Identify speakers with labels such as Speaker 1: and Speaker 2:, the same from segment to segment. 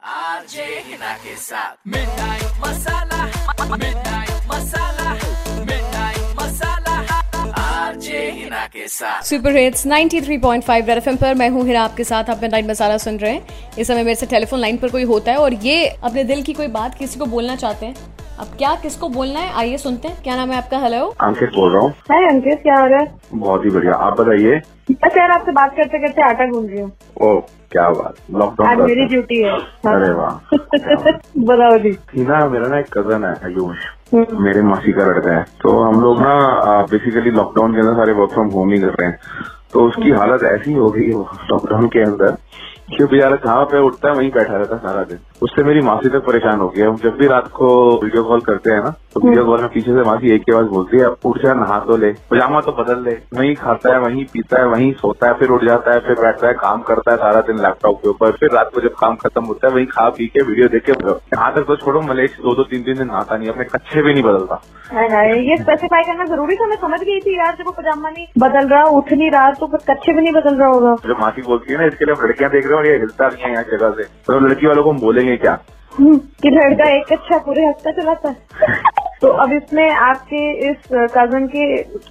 Speaker 1: साथ जे हिना के साथ मिठाई मसाला मिठाई मसाला मिठाई मसाला आरजे हिना के साथ
Speaker 2: सुपर हिट्स 93.5 रेड एफएम पर मैं हूँ हिरा आपके साथ आप नाइट मसाला सुन रहे हैं इस समय मेरे से टेलीफोन लाइन पर कोई होता है और ये अपने दिल की कोई बात किसी को बोलना चाहते हैं अब क्या किसको बोलना है आइए सुनते हैं क्या नाम है आपका हेलो
Speaker 3: अंकित बोल रहा हूँ
Speaker 4: हाय अंकित क्या हो रहा है
Speaker 3: बहुत ही बढ़िया आप बताइए
Speaker 4: बस यार आपसे बात करते करते आटा गूंज रही हूँ
Speaker 3: ओ क्या बात लॉकडाउन
Speaker 4: आज
Speaker 3: का
Speaker 4: मेरी
Speaker 3: असर।
Speaker 4: ड्यूटी है हाँ।
Speaker 3: अरे वाह क्या बात।
Speaker 4: बताओ जी
Speaker 3: सीना मेरा ना एक कजन है आयुष
Speaker 4: हम्म।
Speaker 3: मेरे मौसी का लड़का है तो हम लोग ना बेसिकली लॉकडाउन के अंदर सारे वर्क फ्रॉम होम ही कर रहे हैं तो
Speaker 4: हम्म।
Speaker 3: उसकी हालत ऐसी हो गई लॉकडाउन के अंदर कि बेचारा कहाँ पे उठता है वहीं बैठा रहता है सारा दिन उससे मेरी मासी तक परेशान हो गई है हम जब भी रात को वीडियो कॉल करते हैं ना तो वीडियो कॉल में पीछे से मासी एक के बाद बोलती है "अब उठ जा नहा तो ले पजामा तो बदल ले वहीं खाता है वहीं पीता है वहीं सोता है फिर उठ जाता है फिर बैठता है काम करता है सारा दिन लैपटॉप के ऊपर फिर रात को जब काम खत्म होता है वहीं खा पी के वीडियो देख के यहाँ तक तो छोड़ो मलेश दो दो तीन तीन दिन नहाता नहीं अपने कच्छे भी नहीं बदलता
Speaker 4: हाय हाय ये स्पेसिफाई करना जरूरी था मैं समझ गई थी यार जब वो पजामा नहीं बदल रहा उठ नहीं रहा तो फिर कच्चे भी नहीं बदल रहा होगा
Speaker 3: जब मासी बोलती है ना इसके लिए हम लड़कियां देख रहे हैं और ये हिलता नहीं है यहाँ जगह से तो लड़की वालों को हम बोलेंगे क्या
Speaker 4: हम्म, कि लड़का एक अच्छा कच्चा पूरे हफ्ता चलाता है तो अब इसमें आपके इस कजन के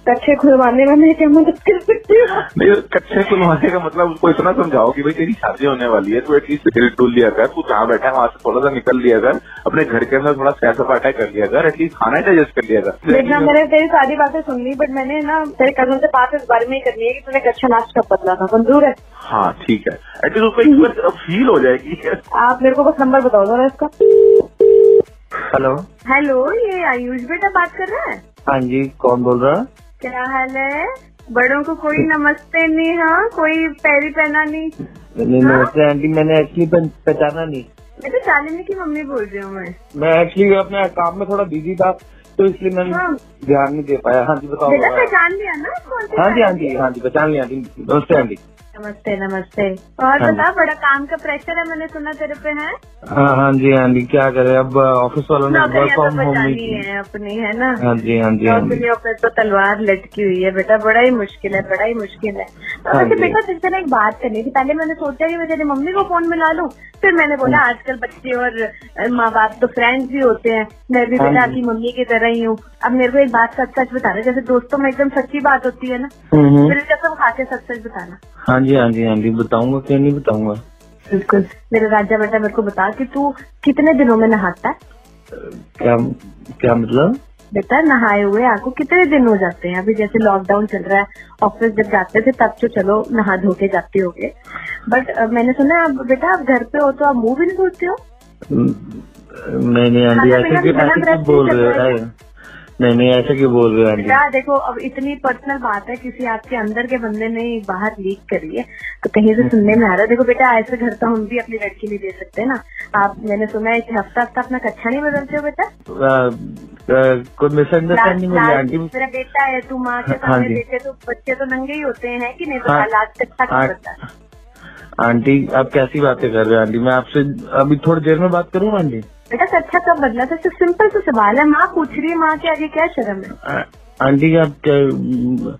Speaker 4: कच्चे खुलवाने में मैं क्या मदद कर सकती हूँ
Speaker 3: नहीं तो कच्चे खुलवाने का मतलब उसको इतना समझाओ कि भाई तेरी शादी होने वाली है तो एटलीस्ट हिल डुल लिया कर तू जहाँ बैठा है वहाँ से थोड़ा सा निकल लिया कर अपने घर के अंदर थोड़ा सैर सपाटा कर लिया कर एटलीस्ट खाना डाइजेस्ट कर लिया
Speaker 4: देखना
Speaker 3: कर
Speaker 4: मैंने तेरी सारी बातें सुन ली बट मैंने ना तेरे कजन से बात इस बारे में ही करनी है कि तूने कच्चा नाश्ता कब बदला था मंजूर है
Speaker 3: हाँ ठीक है एटलीस्ट उसको एक बार फील हो जाएगी
Speaker 4: आप मेरे को बस नंबर बताओ जरा इसका
Speaker 5: हेलो
Speaker 4: हेलो ये आयुष बेटा बात कर रहा है
Speaker 5: हाँ जी कौन बोल रहा है
Speaker 4: क्या हाल है बड़ों को कोई नमस्ते नहीं हाँ कोई पैरी पहना नहीं
Speaker 5: नहीं
Speaker 4: हाँ?
Speaker 5: नमस्ते आंटी मैंने एक्चुअली पहचाना नहीं
Speaker 4: मैं तो शालिनी की मम्मी बोल रही हूँ मैं
Speaker 5: मैं एक्चुअली अपने काम में थोड़ा बिजी था तो इसलिए मैंने
Speaker 4: हाँ।
Speaker 5: ध्यान नहीं दे पाया हाँ जी बताओ
Speaker 4: बेटा
Speaker 5: बताओ।
Speaker 4: पहचान लिया ना कौन सी
Speaker 5: हाँ जी हाँ
Speaker 4: शालिनी?
Speaker 5: जी हाँ जी पहचान लिया आंटी नमस्ते आंटी
Speaker 4: नमस्ते नमस्ते और
Speaker 5: हाँ जी।
Speaker 4: बता बड़ा काम का प्रेशर है मैंने सुना तेरे पे है
Speaker 5: हाँ हाँ जी आंटी क्या करे अब ऑफिस वालों ने वर्क
Speaker 4: नौकरियाँ तो
Speaker 5: फ्रॉम होम नहीं
Speaker 4: बचानी
Speaker 5: की
Speaker 4: है अपनी है ना
Speaker 5: हाँ जी हाँ जी हाँ जी
Speaker 4: नौकरियों पे तो तलवार लटकी हुई है बेटा बड़ा ही मुश्किल है बड़ा ही मुश्किल है तो
Speaker 5: हाँ
Speaker 4: वैसे
Speaker 5: जी।
Speaker 4: बेटा तुझसे ना एक बात करनी थी पहले मैंने सोचा कि मैं तेरी मम्मी को फोन मिला लूं फिर मैंने बोला
Speaker 5: हाँ।
Speaker 4: आजकल बच्चे और अ, माँ बाप तो फ्रेंड्स भी होते हैं मैं भी
Speaker 5: हाँ
Speaker 4: बेटा
Speaker 5: जी।
Speaker 4: आपकी मम्मी की तरह ही हूँ अब मेरे को एक बात सच सच बताना जैसे दोस्तों में एकदम सच्ची बात होती है ना
Speaker 5: हम्म, हम्म।
Speaker 4: फिर कसम खा के सच सच बताना
Speaker 5: हाँ जी हाँ जी आंटी बताऊंगा क्यों नहीं बताऊंगा
Speaker 4: बिल्कुल मेरा राजा बेटा मेरे को बता कि तू कितने दिनों में नहाता है
Speaker 5: क्या क्या मतलब
Speaker 4: बेटा नहाए हुए आपको कितने दिन हो जाते हैं अभी जैसे लॉकडाउन चल रहा है ऑफिस जब जाते थे तब तो चलो नहा धो के जाते होगे बट मैंने सुना है आप बेटा आप घर पे हो तो आप मुंह भी नहीं धोते हो
Speaker 5: मैंने आंटी
Speaker 4: खाना
Speaker 5: ऐसे
Speaker 4: बिना-
Speaker 5: क्यों
Speaker 4: बिना
Speaker 5: ऐसे
Speaker 4: ब्रश
Speaker 5: क्यों
Speaker 4: के
Speaker 5: बोल
Speaker 4: चल
Speaker 5: रहे हो
Speaker 4: रहा है।
Speaker 5: अरे, नहीं नहीं ऐसे क्यों बोल रहे हो आंटी
Speaker 4: बेटा देखो अब इतनी पर्सनल बात है किसी आपके अंदर के बंदे ने ही बाहर लीक करी है तो कहीं से सुनने में आ रहा है देखो बेटा ऐसे घर तो हम भी अपनी लड़की नहीं दे सकते ना आप मैंने सुना है कि हफ्ता हफ्ता अपना कच्छा नहीं बदलते हो बेटा
Speaker 5: अ, अ, कोई मिसअंडरस्टैंडिंग हो गई
Speaker 4: लास्ट-
Speaker 5: आंटी
Speaker 4: मेरा बेटा है तू माँ के
Speaker 5: हाँ
Speaker 4: सामने
Speaker 5: जी।
Speaker 4: देखे तो बच्चे तो नंगे ही होते हैं कि नहीं तो
Speaker 5: हाँ।
Speaker 4: लास्ट तक
Speaker 5: हाँ।
Speaker 4: बदला
Speaker 5: आंटी आप कैसी बातें कर रहे हो आंटी मैं आपसे अभी थोड़ी देर में बात करूँ आंटी
Speaker 4: बेटा कच्छा कब बदला था सिर्फ सिंपल सा सवाल है माँ पूछ रही है माँ के आगे क्या शर्म है
Speaker 5: आ- आंटी आप क्या-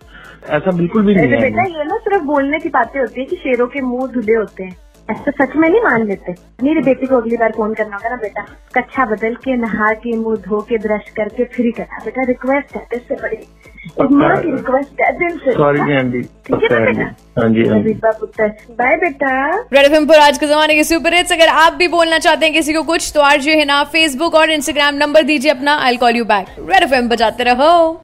Speaker 5: ऐसा बिल्कुल भी नहीं
Speaker 4: अरे
Speaker 5: है
Speaker 4: बेटा
Speaker 5: आंटी।
Speaker 4: ये ना सिर्फ बोलने की बातें होती है कि शेरों के मुंह धुले होते हैं ऐसा तो सच में नहीं मान लेते मेरी बेटी को अगली बार फोन करना होगा ना बेटा कच्छा बदल के नहा के मुंह धो के ब्रश करके फिर ही करना बेटा रिक्वेस्ट है दिल से बड़ी एक माँ की रिक्वेस्ट है दिल से
Speaker 5: सॉरी जी आंटी
Speaker 4: ठीक है
Speaker 5: सॉरी आंटी
Speaker 4: ना बेटा
Speaker 5: हाँ जी हाँ जी
Speaker 4: रवीबा पुत्र बाय बेटा
Speaker 2: रेड एफएम पर आज के जमाने के सुपर हिट्स अगर आप भी बोलना चाहते हैं किसी को कुछ तो आरजे हिना फेसबुक और इंस्टाग्राम नंबर दीजिए अपना I call you back Red FM बजाते रहो